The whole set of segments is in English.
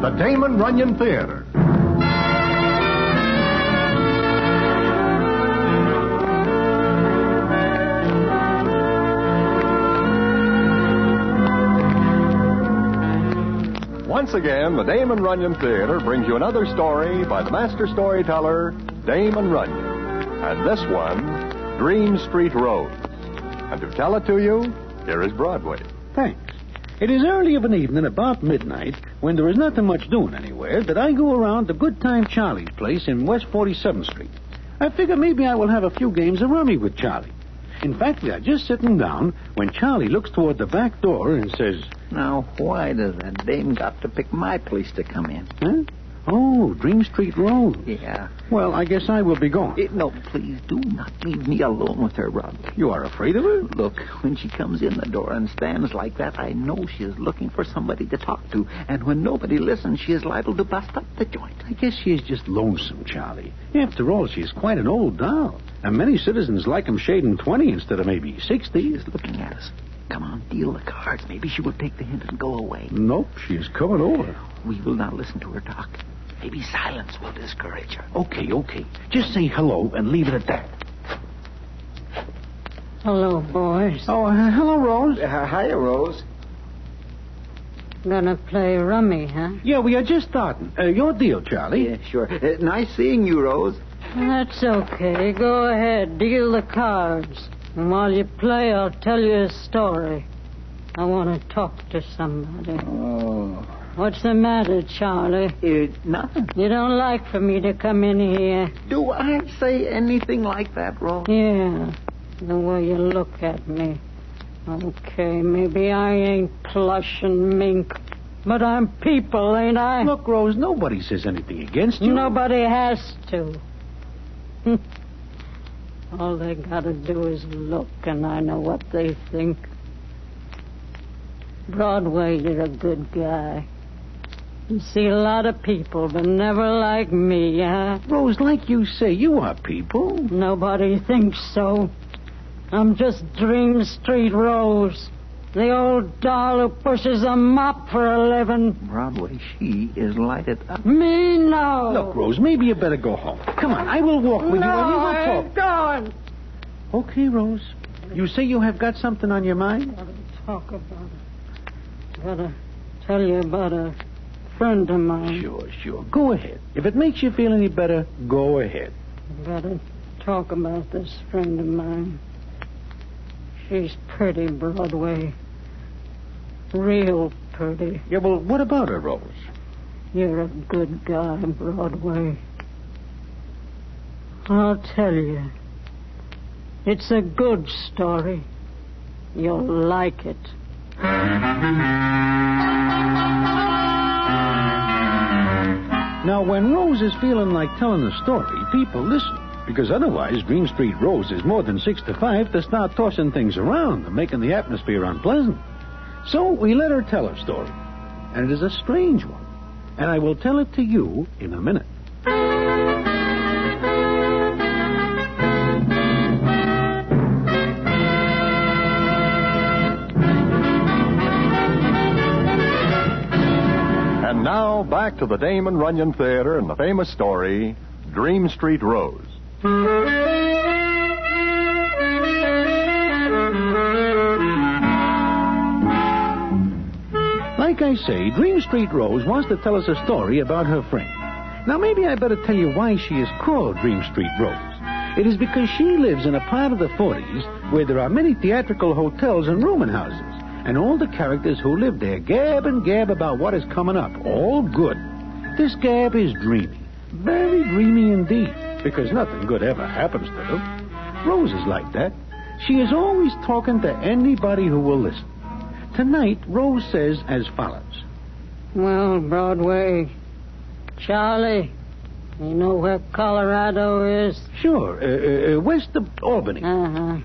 the Damon Runyon Theater. Once again, the Damon Runyon Theater brings you another story by the master storyteller, Damon Runyon. And this one, Green Street Rose. And to tell it to you, here is Broadway. Thanks. It is early of an evening, about midnight, when there is nothing much doing anywhere, that I go around to Good Time Charlie's place in West 47th Street. I figure maybe I will have a few games of rummy with Charlie. In fact, we are just sitting down when Charlie looks toward the back door and says, Now, why does that dame got to pick my place to come in? Huh? Oh, Dream Street Road. Yeah. Well, I guess I will be gone. It, no, please do not leave me alone with her, Rodney. You are afraid of her? Look, when she comes in the door and stands like that, I know she is looking for somebody to talk to. And when nobody listens, she is liable to bust up the joint. I guess she is just lonesome, Charlie. After all, she's quite an old doll. And many citizens like 'em shading 20 instead of maybe 60. She's looking at us. Come on, deal the cards. Maybe she will take the hint and go away. Nope, she's coming over. We will not listen to her talk. Maybe silence will discourage her. Okay, okay. Just say hello and leave it at that. Hello, boys. Oh, uh, hello, Rose. hiya, Rose. Gonna play rummy, huh? Yeah, we are just starting. Uh, your deal, Charlie. Yeah, sure. Uh, nice seeing you, Rose. That's okay. Go ahead. Deal the cards. And while you play, I'll tell you a story. I want to talk to somebody. Oh. What's the matter, Charlie? Uh, nothing. You don't like for me to come in here? Do I say anything like that, Rose? Yeah, the way you look at me. Okay, maybe I ain't plush and mink, but I'm people, ain't I? Look, Rose, nobody says anything against you. Nobody has to. All they gotta do is look, and I know what they think. Broadway, you're a good guy. You see a lot of people, but never like me, huh? Rose, like you say, you are people. Nobody thinks so. I'm just Dream Street Rose, the old doll who pushes a mop for a living. Broadway, she is lighted up. Me, no. Look, Rose, maybe you better go home. Come on, I will walk with you and we no, will I talk. ain't going. Okay, Rose. You say you have got something on your mind? Gotta talk about it. Gotta tell you about a friend of mine. Sure, sure. Go ahead. If it makes you feel any better, go ahead. Gotta talk about this friend of mine. She's pretty, Broadway. Real pretty. Yeah, well, what about her, Rose? You're a good guy, Broadway. I'll tell you. It's a good story. You'll like it. Now, when Rose is feeling like telling a story, people listen. Because otherwise, Green Street Rose is more than six to five to start tossing things around and making the atmosphere unpleasant. So we let her tell her story. And it is a strange one. And I will tell it to you in a minute. And now, back to the Damon Runyon Theater and the famous story, Dream Street Rose. Like I say, Dream Street Rose wants to tell us a story about her friend. Now, maybe I better tell you why she is called Dream Street Rose. It is because she lives in a part of the 40s where there are many theatrical hotels and rooming houses, and all the characters who live there gab and gab about what is coming up. All good. This gab is dreamy. Very dreamy indeed, because nothing good ever happens to them. Rose is like that. She is always talking to anybody who will listen. Tonight, Rose says as follows. Well, Broadway, Charlie, you know where Colorado is? Sure. Uh, uh, uh, west of Albany. Uh huh.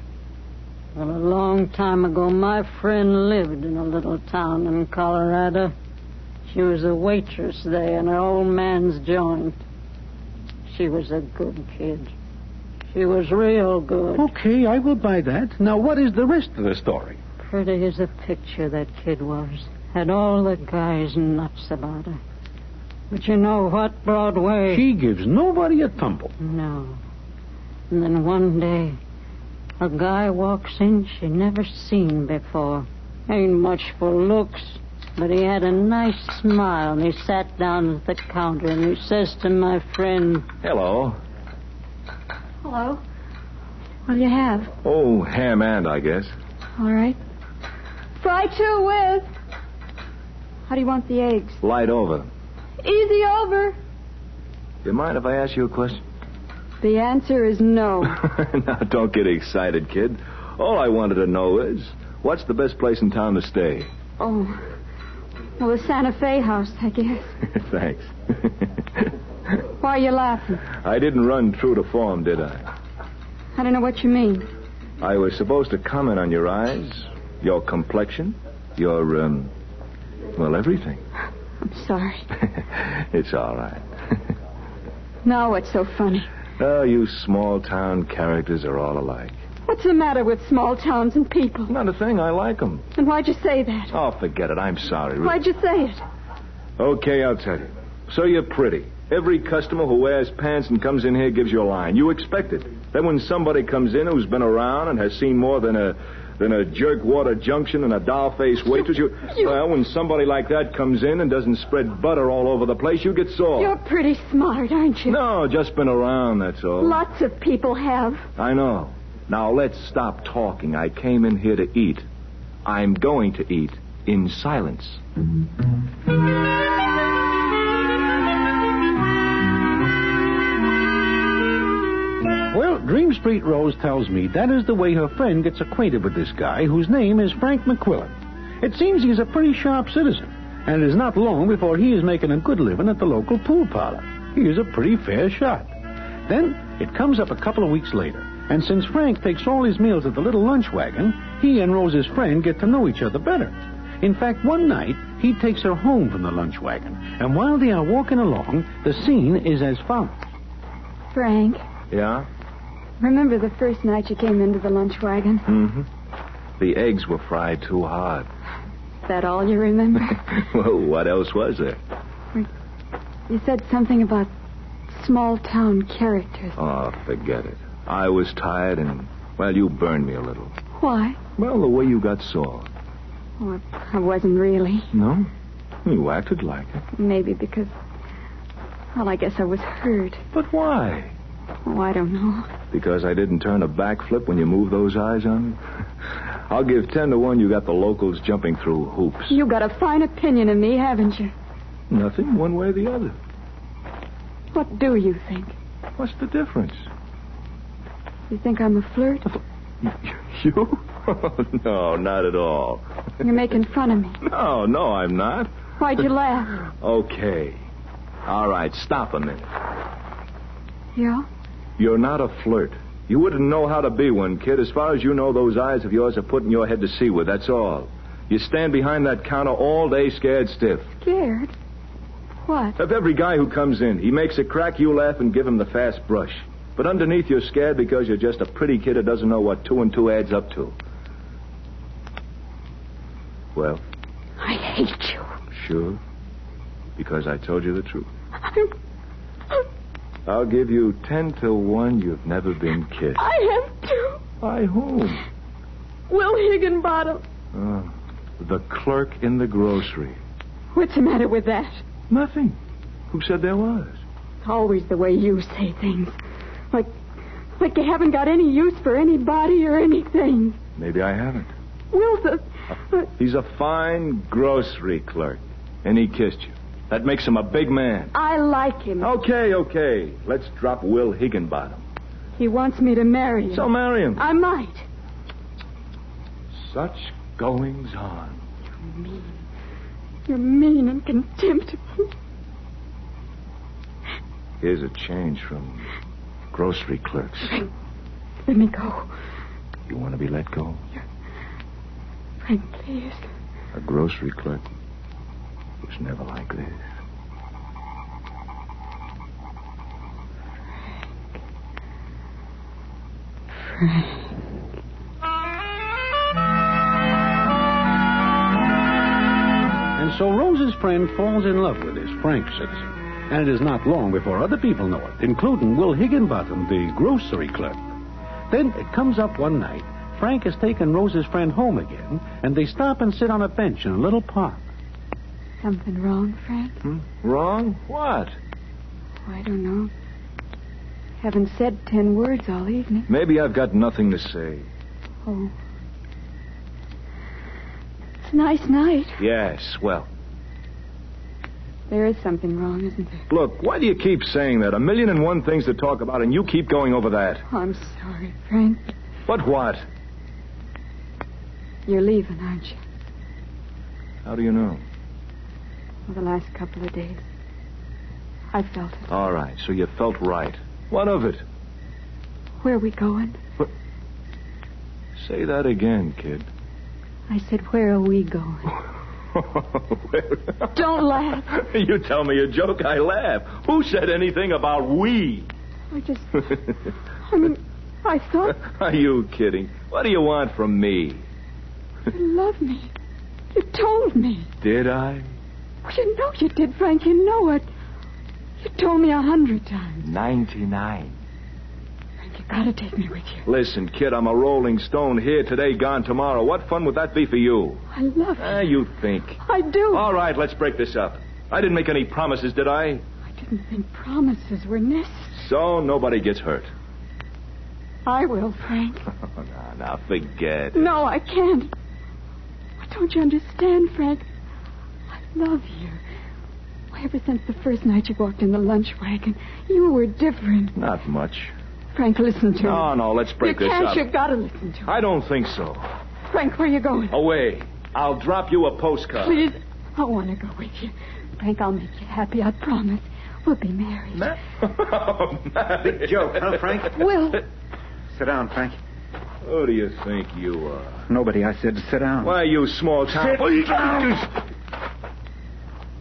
Well, a long time ago, my friend lived in a little town in Colorado. She was a waitress there in an old man's joint. She was a good kid. She was real good. Okay, I will buy that. Now, what is the rest of the story? Pretty as a picture that kid was. Had all the guys nuts about her. But you know what, Broadway? She gives nobody a tumble. No. And then one day, a guy walks in she never seen before. Ain't much for looks, but he had a nice smile, and he sat down at the counter, and he says to my friend, Hello. Hello. What do you have? Oh, ham and, I guess. All right. Fry two with. How do you want the eggs? Light over. Easy over. You mind if I ask you a question? The answer is no. now, don't get excited, kid. All I wanted to know is what's the best place in town to stay? oh. Well, the Santa Fe house, I guess. Thanks. Why are you laughing? I didn't run true to form, did I? I don't know what you mean. I was supposed to comment on your eyes, your complexion, your, um, well, everything. I'm sorry. it's all right. Now what's so funny? oh, you small town characters are all alike. What's the matter with small towns and people? Not a thing. I like 'em. And why'd you say that? Oh, forget it. I'm sorry. really. Why'd you say it? Okay, I'll tell you. So you're pretty. Every customer who wears pants and comes in here gives you a line. You expect it. Then when somebody comes in who's been around and has seen more than a than a jerkwater junction and a doll faced waitress, you, well, when somebody like that comes in and doesn't spread butter all over the place, you get sore. You're pretty smart, aren't you? No, just been around, that's all. Lots of people have. I know. Now let's stop talking. I came in here to eat. I'm going to eat in silence. Well, Dream Street Rose tells me that is the way her friend gets acquainted with this guy, whose name is Frank McQuillan. It seems he's a pretty sharp citizen, and it is not long before he is making a good living at the local pool parlor. He is a pretty fair shot. Then it comes up a couple of weeks later, and since Frank takes all his meals at the little lunch wagon, he and Rose's friend get to know each other better. In fact, one night, he takes her home from the lunch wagon, and while they are walking along, the scene is as follows. Frank, Yeah? remember the first night you came into the lunch wagon? Mm-hmm. The eggs were fried too hard. Is that all you remember? well, what else was there? you said something about small town characters. Oh, forget it. I was tired and, well, you burned me a little. Why? Well, the way you got sore. Oh, I I wasn't really. No? You acted like it. Maybe because. Well, I guess I was hurt. But why? Oh, I don't know. Because I didn't turn a backflip when you moved those eyes on me? I'll give ten to one you got the locals jumping through hoops. You got a fine opinion of me, haven't you? Nothing, one way or the other. What do you think? What's the difference? You think I'm a flirt? You? no, not at all. You're making fun of me. No, no, I'm not. Why'd you laugh? Okay. All right, stop a minute. Yeah? You're not a flirt. You wouldn't know how to be one, kid. As far as you know, those eyes of yours are putting your head to seaward, that's all. You stand behind that counter all day scared stiff. Scared? What? Of every guy who comes in, he makes a crack, you laugh and give him the fast brush. But underneath, you're scared because you're just a pretty kid who doesn't know what two and two adds up to. Well, I hate you. sure. Because I told you the truth. I'm, I'll give you ten to one you've never been kissed. I have to. By whom? Will Higginbottom. Oh, the clerk in the grocery. What's the matter with that? Nothing. Who said there was? Always the way you say things. Like, like you haven't got any use for anybody or anything. Maybe I haven't. Wilson, uh, He's a fine grocery clerk, and he kissed you. That makes him a big man. I like him. Okay, okay. Let's drop Will Higginbottom. He wants me to marry him. So marry him. I might. Such goings on. You're mean and contemptible. Here's a change from grocery clerks. Let me go. You want to be let go? Frank, please. A grocery clerk was never like this. And so Rose's friend falls in love with this Frank citizen. and it is not long before other people know it, including Will Higginbotham, the grocery clerk. Then it comes up one night. Frank has taken Rose's friend home again, and they stop and sit on a bench in a little park. Something wrong, Frank? Wrong? What? Oh, I don't know. Haven't said ten words all evening. Maybe I've got nothing to say. Oh. It's a nice night. Yes, well. There is something wrong, isn't there? Look, why do you keep saying that? A million and one things to talk about, and you keep going over that. Oh, I'm sorry, Frank. But what? You're leaving, aren't you? How do you know? For the last couple of days. I felt it. All right, so you felt right. What of it? Where are we going? Say that again, kid. I said, where are we going? Don't laugh. you tell me a joke, I laugh. Who said anything about we? I just. I mean, I thought Are you kidding? What do you want from me? you loved me. You told me. Did I? Well, you know you did, Frank. You know it. You told me a hundred times. 99. Frank, you gotta take me with you. Listen, kid, I'm a rolling stone here today, gone tomorrow. What fun would that be for you? I love you. Ah, you think. I do. All right, let's break this up. I didn't make any promises, did I? I didn't think promises were necessary. So nobody gets hurt. I will, Frank. Oh, now, now, forget. No, I can't. Why don't you understand, Frank? I love you. Why, ever since the first night you walked in the lunch wagon, you were different. Not much. Frank, listen to No, me. no, let's break you this can't. up. You've got to listen to me. I don't think so. Frank, where are you going? Away. I'll drop you a postcard. Please, I want to go with you. Frank, I'll make you happy, I promise. We'll be married. Oh, Big joke, huh, Frank? Will, Sit down, Frank. Who do you think you are? Nobody, I said, sit down. Why, you small town. Sit down.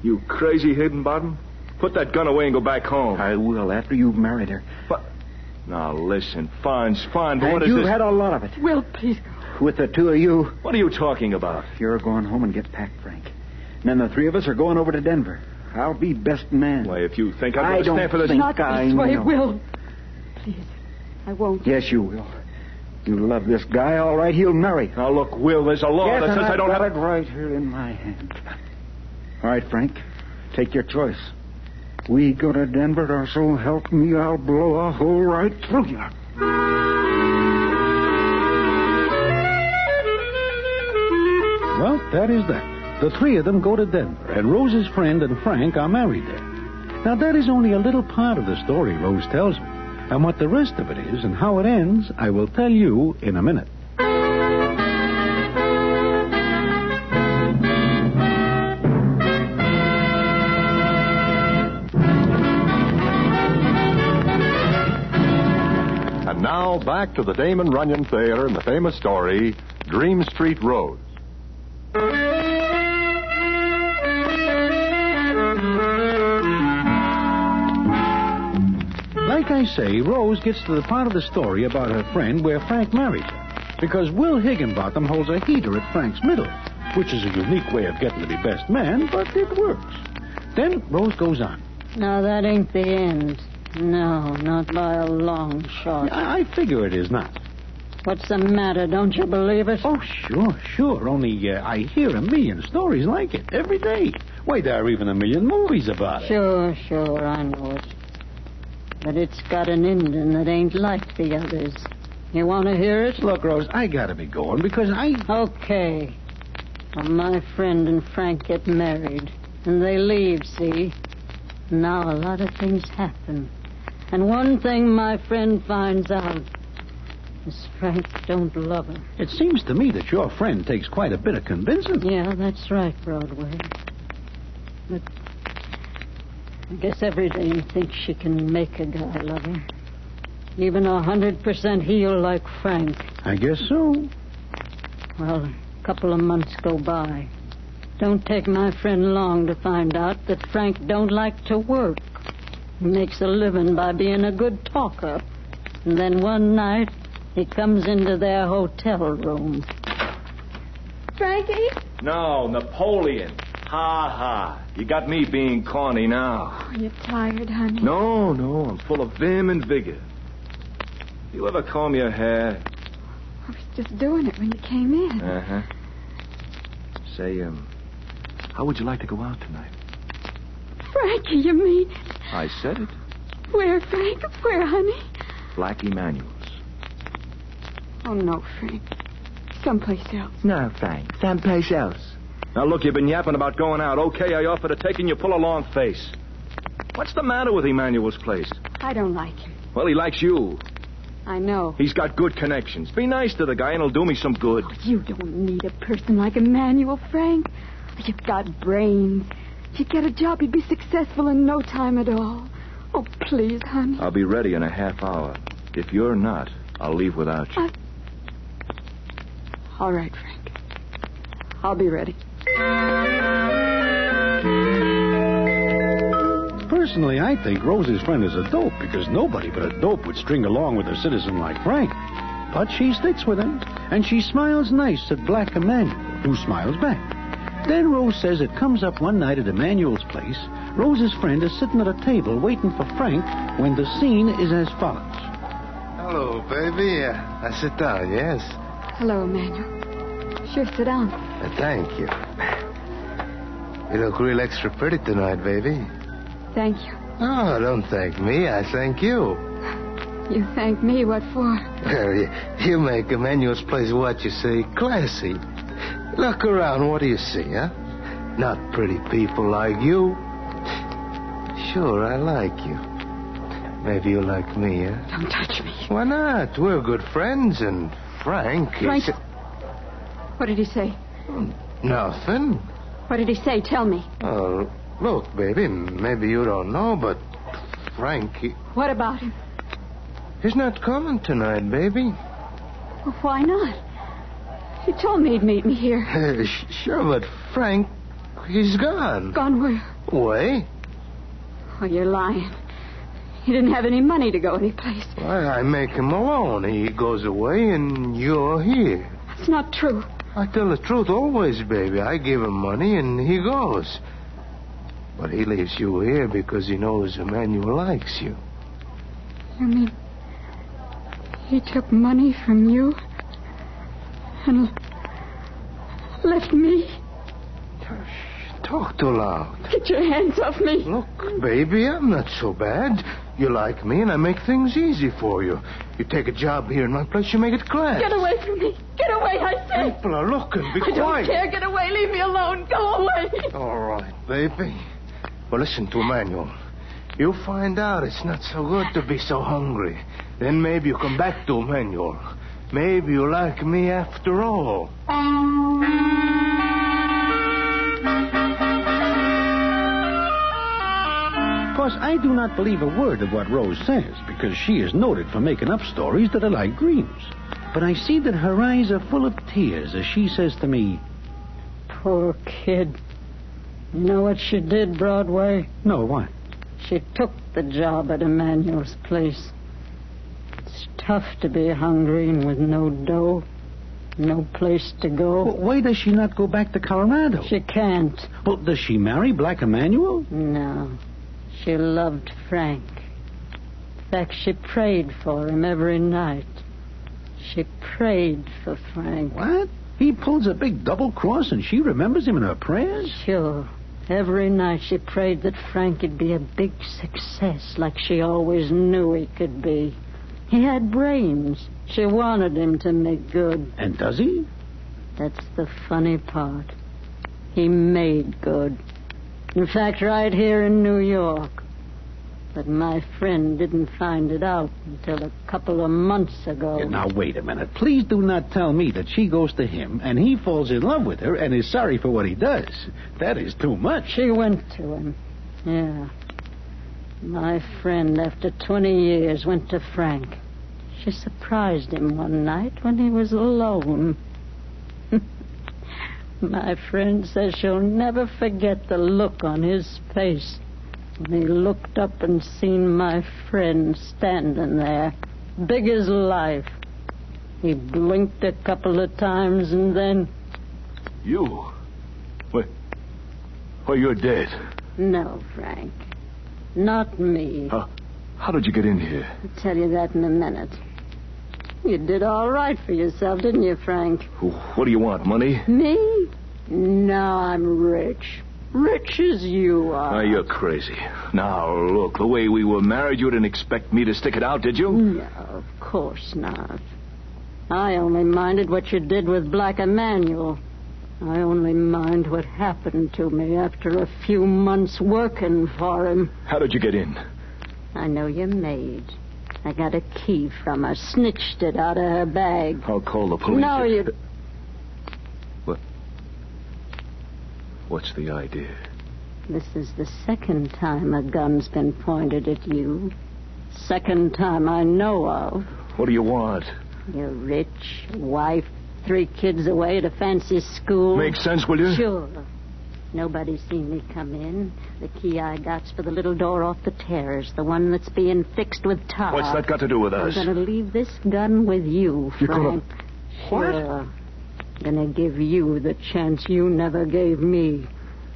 You crazy hidden bottom. Put that gun away and go back home. I will after you've married her. But- Now listen, fine's fine, but and what is you've this? had a lot of it. Will, please go. With the two of you, What are you talking about? you're going home and get packed, Frank. And then the three of us are going over to Denver. I'll be best man. Why, if you think I'm I going to don't stand for this, think Not I this way, know. Will. Please, I won't. Yes, you will. You love this guy, all right. He'll marry. her. now look, Will, there's a law yes, that and says I've I don't got have. it right here in my hand. All right, Frank. Take your choice. We go to Denver, or so help me, I'll blow a hole right through you. Well, that is that. The three of them go to Denver, and Rose's friend and Frank are married there. Now, that is only a little part of the story Rose tells me. And what the rest of it is and how it ends, I will tell you in a minute. And now back to the Damon Runyon Theater and the famous story, Dream Street Road. Like I say, Rose gets to the part of the story about her friend where Frank married her. Because Will Higginbotham holds a heater at Frank's middle, which is a unique way of getting to be best man, but it works. Then Rose goes on. Now, that ain't the end. No, not by a long shot. I, I figure it is not. What's the matter? Don't you believe it? Oh, sure, sure. Only uh, I hear a million stories like it every day. Why, there are even a million movies about it. Sure, sure, I know it. But it's got an ending that ain't like the others. You want to hear it? Look, Rose, I gotta be going because I. Okay. Well, my friend and Frank get married, and they leave, see? Now a lot of things happen. And one thing my friend finds out is Frank don't love her. It seems to me that your friend takes quite a bit of convincing. Yeah, that's right, Broadway. But I guess every dame thinks she can make a guy love her. Even a hundred percent heel like Frank. I guess so. Well, a couple of months go by. Don't take my friend long to find out that Frank don't like to work. He makes a living by being a good talker. And then one night, he comes into their hotel room. Frankie? No, Napoleon. Ha ha. You got me being corny now. Are you Oh, tired, honey? No, no, I'm full of vim and vigor. You ever comb your hair? I was just doing it when you came in. Uh huh. Say, um, how would you like to go out tonight? Frankie, you mean? I said it. Where, Frank? Where, honey? Black Emanuel's. Oh, no, Frank. Someplace else. No, Frank. Someplace else. Now look, you've been yapping about going out. Okay, I offer to take and you pull a long face. What's the matter with Emanuel's place? I don't like him. Well, he likes you. I know. He's got good connections. Be nice to the guy and he'll do me some good. You don't need a person like Emmanuel, Frank. You've got brains. If you get a job, you'd be successful in no time at all. Oh, please, honey. I'll be ready in a half hour. If you're not, I'll leave without you. I- All right, Frank. I'll be ready. Personally, I think Rose's friend is a dope because nobody but a dope would string along with a citizen like Frank. But she sticks with him, and she smiles nice at Black Emmanuel, who smiles back. Then Rose says it comes up one night at Emmanuel's place. Rose's friend is sitting at a table waiting for Frank when the scene is as follows. Hello, baby. Uh, I sit down, yes? Hello, Emmanuel. Sure, sit down. Uh, thank you. You look real extra pretty tonight, baby. Thank you. Oh, don't thank me. I thank you. You thank me. What for? Well, you, you make Emmanuel's place what you say classy. Look around. What do you see, huh? Not pretty people like you. Sure, I like you. Maybe you like me, huh? Don't touch me. Why not? We're good friends, and Frank is. Frank- What did he say? Nothing. What did he say? Tell me. Oh, look, baby, maybe you don't know, but Frank, he, What about him? he's not coming tonight, baby. Well, why not? He told me he'd meet me here. Uh, sh- sure, but Frank, he's gone. Gone where? Way? Oh, you're lying. He didn't have any money to go anyplace. Why, I make him alone. He goes away, and you're here. That's not true. I tell the truth always, baby. I give him money, and he goes. But he leaves you here because he knows Emmanuel likes you. You mean he took money from you and l- left me? Talk too loud. Get your hands off me. Look, baby, I'm not so bad. You like me, and I make things easy for you. You take a job here in my place, you make it class. Get away from me. Get away, I say. People are looking. Be I don't quiet. care. Get away. Leave me alone. Go away. All right, baby. Well, listen to Emmanuel. You find out it's not so good to be so hungry. Then maybe you come back to Emmanuel. Maybe you like me after all. Of course, I do not believe a word of what Rose says because she is noted for making up stories that are like dreams. But I see that her eyes are full of tears as she says to me, Poor kid. You know what she did, Broadway? No, what? She took the job at Emmanuel's place. It's tough to be hungry and with no dough, no place to Well, go. why does she not go back to Colorado? She can't. Well, does she marry Black Emmanuel? No. She loved Frank. In fact, she prayed for him every night. She prayed for Frank. What? He pulls a big double cross and she remembers him in her prayers? Sure. Every night she prayed that Frank would be a big success, like she always knew he could be. He had brains. She wanted him to make good. And does he? That's the funny part. He made good. In fact, right here in New York. But my friend didn't find it out until a couple of months Oh. ago. Now, wait a minute. Please do not tell me that she goes to him and he falls in love with her and is sorry for what he does. That is too much. She went to him. Yeah. My friend, after 20 years, went to Frank. She surprised him one night when he was alone. My friend says she'll never forget the look on his face when he looked up and seen my friend standing there, big as life. He blinked a couple of times and then You? Wait. Well, you're dead. No, Frank. Not me. Huh? How did you get in here? I'll tell you that in a minute. You did all right for yourself, didn't you, Frank? What do you want, money? Me? No, I'm rich. Rich as you Now, are. you're crazy. Now, look, the way we were married, you didn't expect me to stick it out, did you? No, of course not. I only minded what you did with Black Emmanuel. I only mind what happened to me after a few months working for him. How did you get in? I know your maid. I got a key from her, snitched it out of her bag. I'll call the police. No, you. What's the idea? This is the second time a gun's been pointed at you. Second time I know of. What do you want? You're rich, wife, three kids away at a fancy school. Make sense, will you? Sure. Nobody's seen me come in. The key I got's for the little door off the terrace, the one that's being fixed with tar. What's that got to do with us? I'm gonna leave this gun with you, You're gonna- Frank. Sure. Gonna give you the chance you never gave me.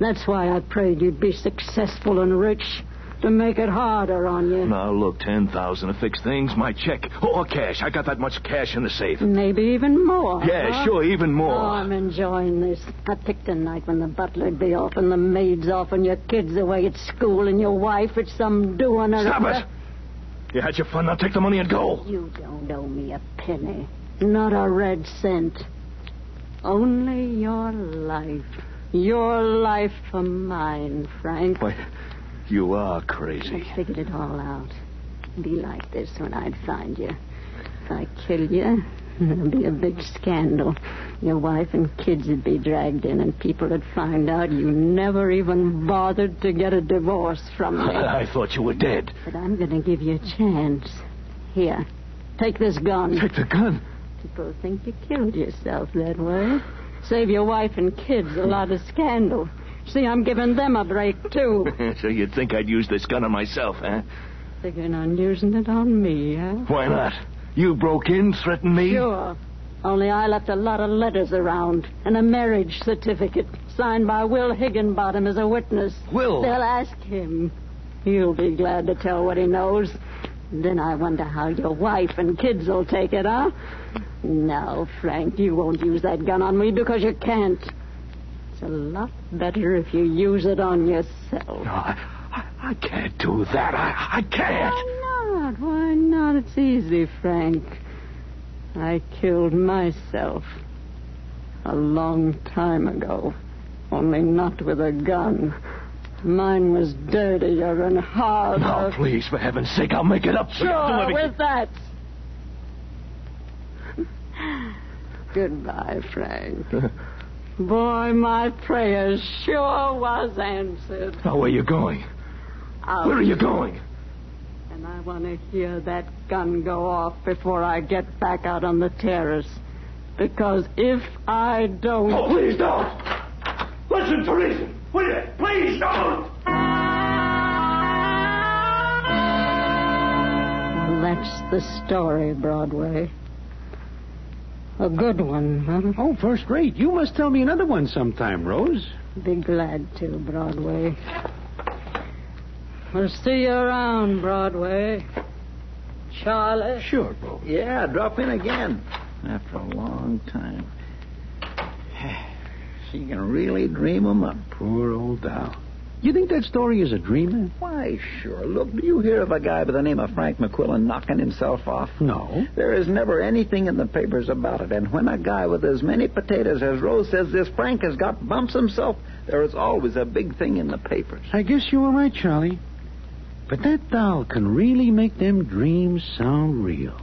That's why I prayed you'd be successful and rich to make it harder on you. Now look, ten thousand to fix things. My check or cash. I got that much cash in the safe. Maybe even more. Yeah, huh? sure, even more. Uh-huh. Oh, I'm enjoying this. I picked a night when the butler'd be off and the maid's off and your kids away at school and your wife at some doing or Stop other. it! You had your fun. Now take the money and go. You don't owe me a penny. Not a red cent. Only your life. Your life for mine, Frank. Why, you are I crazy. figured it all out. Be like this when I'd find you. If I kill you, there'd be a big scandal. Your wife and kids would be dragged in, and people would find out you never even bothered to get a divorce from me. I thought you were dead. but I'm going to give you a chance. Here, take this gun. Take the gun. People think you killed yourself that way. Save your wife and kids a lot of scandal. See, I'm giving them a break, too. so you'd think I'd use this gun on myself, huh? Figuring on using it on me, huh? Why not? You broke in, threatened me. Sure. Only I left a lot of letters around and a marriage certificate signed by Will Higginbottom as a witness. Will. They'll ask him. He'll be glad to tell what he knows. Then I wonder how your wife and kids will take it, huh? No, Frank, you won't use that gun on me because you can't. It's a lot better if you use it on yourself. No, I, I, I can't do that. I, I can't. Why not? Why not? It's easy, Frank. I killed myself a long time ago, only not with a gun. Mine was dirtier and harder. Now, please, for heaven's sake, I'll make it up. to you. I'll do Sure, anything. with that. Goodbye, Frank. Boy, my prayer sure was answered. Now, where are you going? Out. Where are you going? And I want to hear that gun go off before I get back out on the terrace. Because if I don't. Oh, please don't. Listen to reason, will you? Please don't. That's the story, Broadway. A good one, huh? Oh, first rate. You must tell me another one sometime, Rose. Be glad to, Broadway. We'll see you around, Broadway. Charlie. Sure, Rose. Yeah, drop in again. After a long time. She can really dream 'em up. Poor old Dow. You think that story is a dreamer? Why, sure. Look, do you hear of a guy by the name of Frank McQuillan knocking himself off? No. There is never anything in the papers about it, and when a guy with as many potatoes as Rose says this Frank has got bumps himself, there is always a big thing in the papers. I guess you were right, Charlie. But that doll can really make them dreams sound real.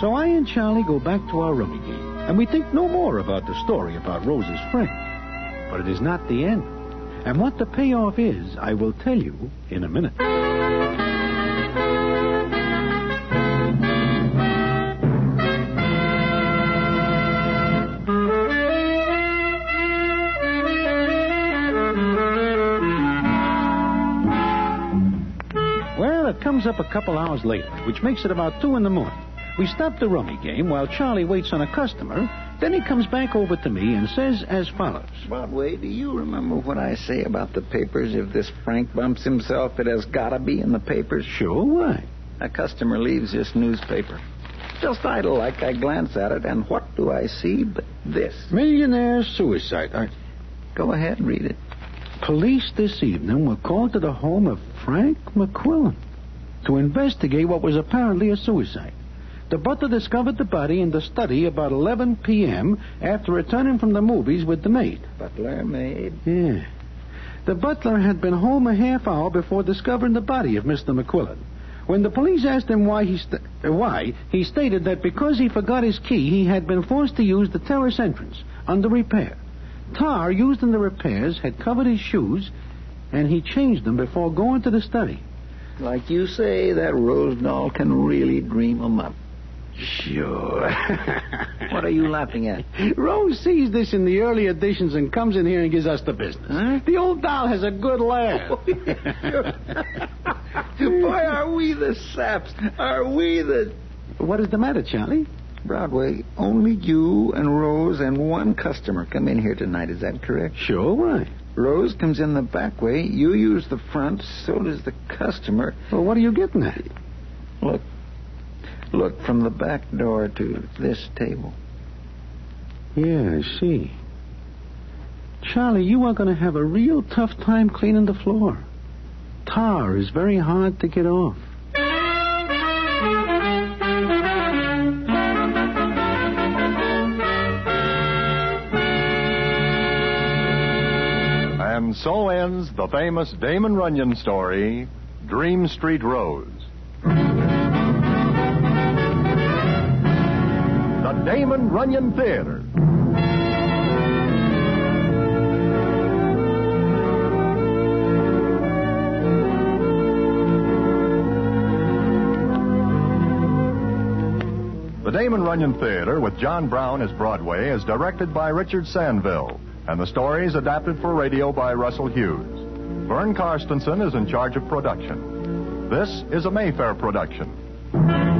So I and Charlie go back to our room again, and we think no more about the story about Rose's friend. But it is not the end. And what the payoff is, I will tell you in a minute. Well, it comes up a couple hours later, which makes it about two in the morning. We stop the rummy game while Charlie waits on a customer Then he comes back over to me and says as follows Broadway, do you remember what I say about the papers? If this Frank bumps himself, it has got to be in the papers. Sure, why? A customer leaves this newspaper. Just idle like I glance at it, and what do I see but this? Millionaire suicide. I... Go ahead, read it. Police this evening were called to the home of Frank McQuillan to investigate what was apparently a suicide. The butler discovered the body in the study about 11 p.m. after returning from the movies with the maid. Butler, maid. Yeah. The butler had been home a half hour before discovering the body of Mr. McQuillan. When the police asked him why he st- uh, why, he stated that because he forgot his key, he had been forced to use the terrace entrance under repair. Tar used in the repairs had covered his shoes, and he changed them before going to the study. Like you say, that Rosendahl can really dream 'em up. Sure. What are you laughing at? Rose sees this in the early editions and comes in here and gives us the business. The old doll has a good laugh. Oh, Boy, are we the saps. Are we the... what is the matter, Charlie? Broadway, only you and Rose and one customer come in here tonight. Is that correct? Sure, why? Rose comes in the back way. You use the front. So does the customer. Well, what are you getting at? Look. Look from the back door to this table. Yeah, I see. Charlie, you are going to have a real tough time cleaning the floor. Tar is very hard to get off. And so ends the famous Damon Runyon story, Dream Street Rose. The Damon Runyon Theater. The Damon Runyon Theater with John Brown as Broadway is directed by Richard Sandville, and the story is adapted for radio by Russell Hughes. Vern Karstensen is in charge of production. This is a Mayfair production.